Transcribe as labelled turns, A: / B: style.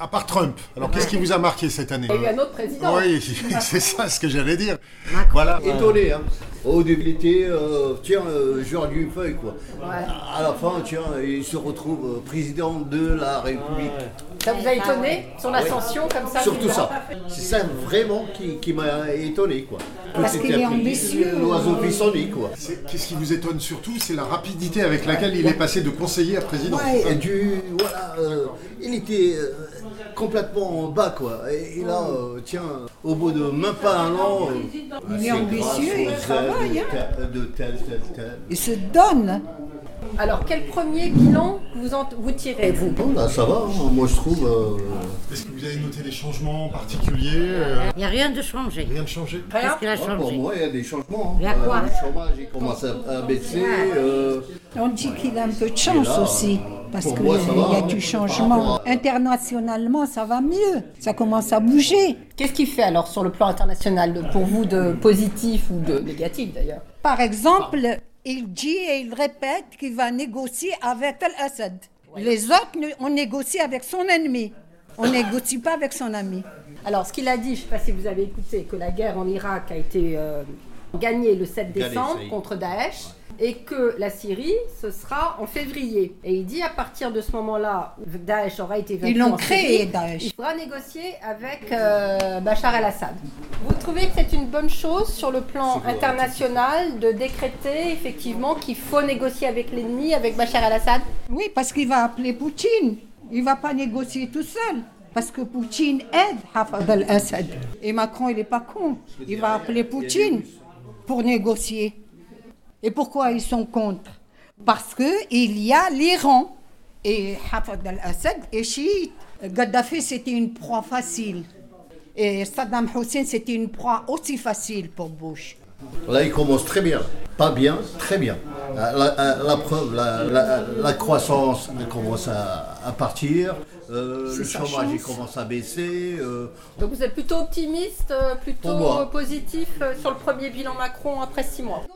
A: À part Trump, alors qu'est-ce qui vous a marqué cette année
B: Il y a eu un autre président.
A: Oui, c'est ça ce que j'allais dire.
B: Macron.
A: Voilà.
C: Ah.
D: Étonné, hein. Au début de l'été, euh, tiens, euh, Georges Dufeuille, quoi. À la fin, tiens, il se retrouve euh, président de la République.
B: Ça vous a étonné Son ascension comme ça
D: Surtout
B: du-
D: ça. C'est ça vraiment qui, qui m'a étonné, quoi.
C: Parce
D: Petit
C: qu'il
D: à
C: est
D: petit,
C: ambitieux.
D: L'oiseau pissenlit, quoi.
A: C'est- Qu'est-ce qui vous étonne surtout, c'est la rapidité avec laquelle il est passé de conseiller à président.
D: Ouais, et du, voilà, euh, il était euh, complètement en bas, quoi. Et, et là, euh, tiens, au bout de même pas un an... euh,
C: Il est
D: c'est
C: ambitieux, il
D: grâce aux
C: travaille,
D: aides
C: hein.
D: De tel, de tel, tel, tel.
C: Il se donne.
B: Alors, quel premier bilan vous, en- vous tirez, vous
D: Bon, là, ça va, hein. moi je trouve... euh,
A: Est-ce que vous avez noté des changements particuliers euh,
E: Il n'y a rien de changé.
A: Rien de changé
E: Qu'est-ce qu'il a
D: Ouais, Oh, pour
E: changé
D: moi, il y a des changements. hein.
E: Il y a quoi
D: Le chômage il commence à, à baisser. euh,
C: On dit qu'il a un peu de chance
D: Et là,
C: aussi, parce
D: pour
C: qu'il
D: moi, ça va,
C: y a
D: hein,
C: du
D: par
C: changement.
D: rapport à-
C: Internationalement, ça va mieux. Ça commence à bouger.
B: Qu'est-ce qu'il fait alors sur le plan international de- pour vous de positif ou de négatif d'ailleurs
C: Par exemple, il dit et il répète qu'il va négocier avec Al-Assad. Les autres, nous, on négocie avec son ennemi. On négocie pas avec son ami.
B: Alors, ce qu'il a dit, je ne sais pas si vous avez écouté, que la guerre en Irak a été euh, gagnée le 7
D: Gagnée,
B: décembre
D: ça y est.
B: contre Daesh et que la Syrie, ce sera en février. Et il dit à partir de ce moment-là, où Daesh aura été vaincu.
C: Ils l'ont
B: en
C: créé,
B: Syrie,
C: Daesh.
B: Il faudra négocier avec euh, Bachar el-Assad. Vous trouvez que c'est une bonne chose sur le plan international de décréter effectivement qu'il faut négocier avec l'ennemi, avec Bachar el-Assad
C: Oui, parce qu'il va appeler Poutine. Il va pas négocier tout seul. Parce que Poutine aide Hafez al-Assad. Et Macron, il n'est pas con. Il va appeler Poutine pour négocier. Et pourquoi ils sont contre Parce qu'il y a l'Iran. Et Hafez al-Assad est chiite. Gaddafi, c'était une proie facile. Et Saddam Hussein, c'était une proie aussi facile pour Bush.
D: Là, il commence très bien. Pas bien, très bien. Euh, La, la- la preuve, la, la- la croissance elle commence à, à partir. euh,
C: C'est
D: le
C: sa
D: chômage il
C: chance.
D: commence à baisser. euh,
B: Donc vous êtes plutôt optimiste, euh, plutôt
D: Pour moi.
B: euh, positif euh, sur le premier bilan Macron après six mois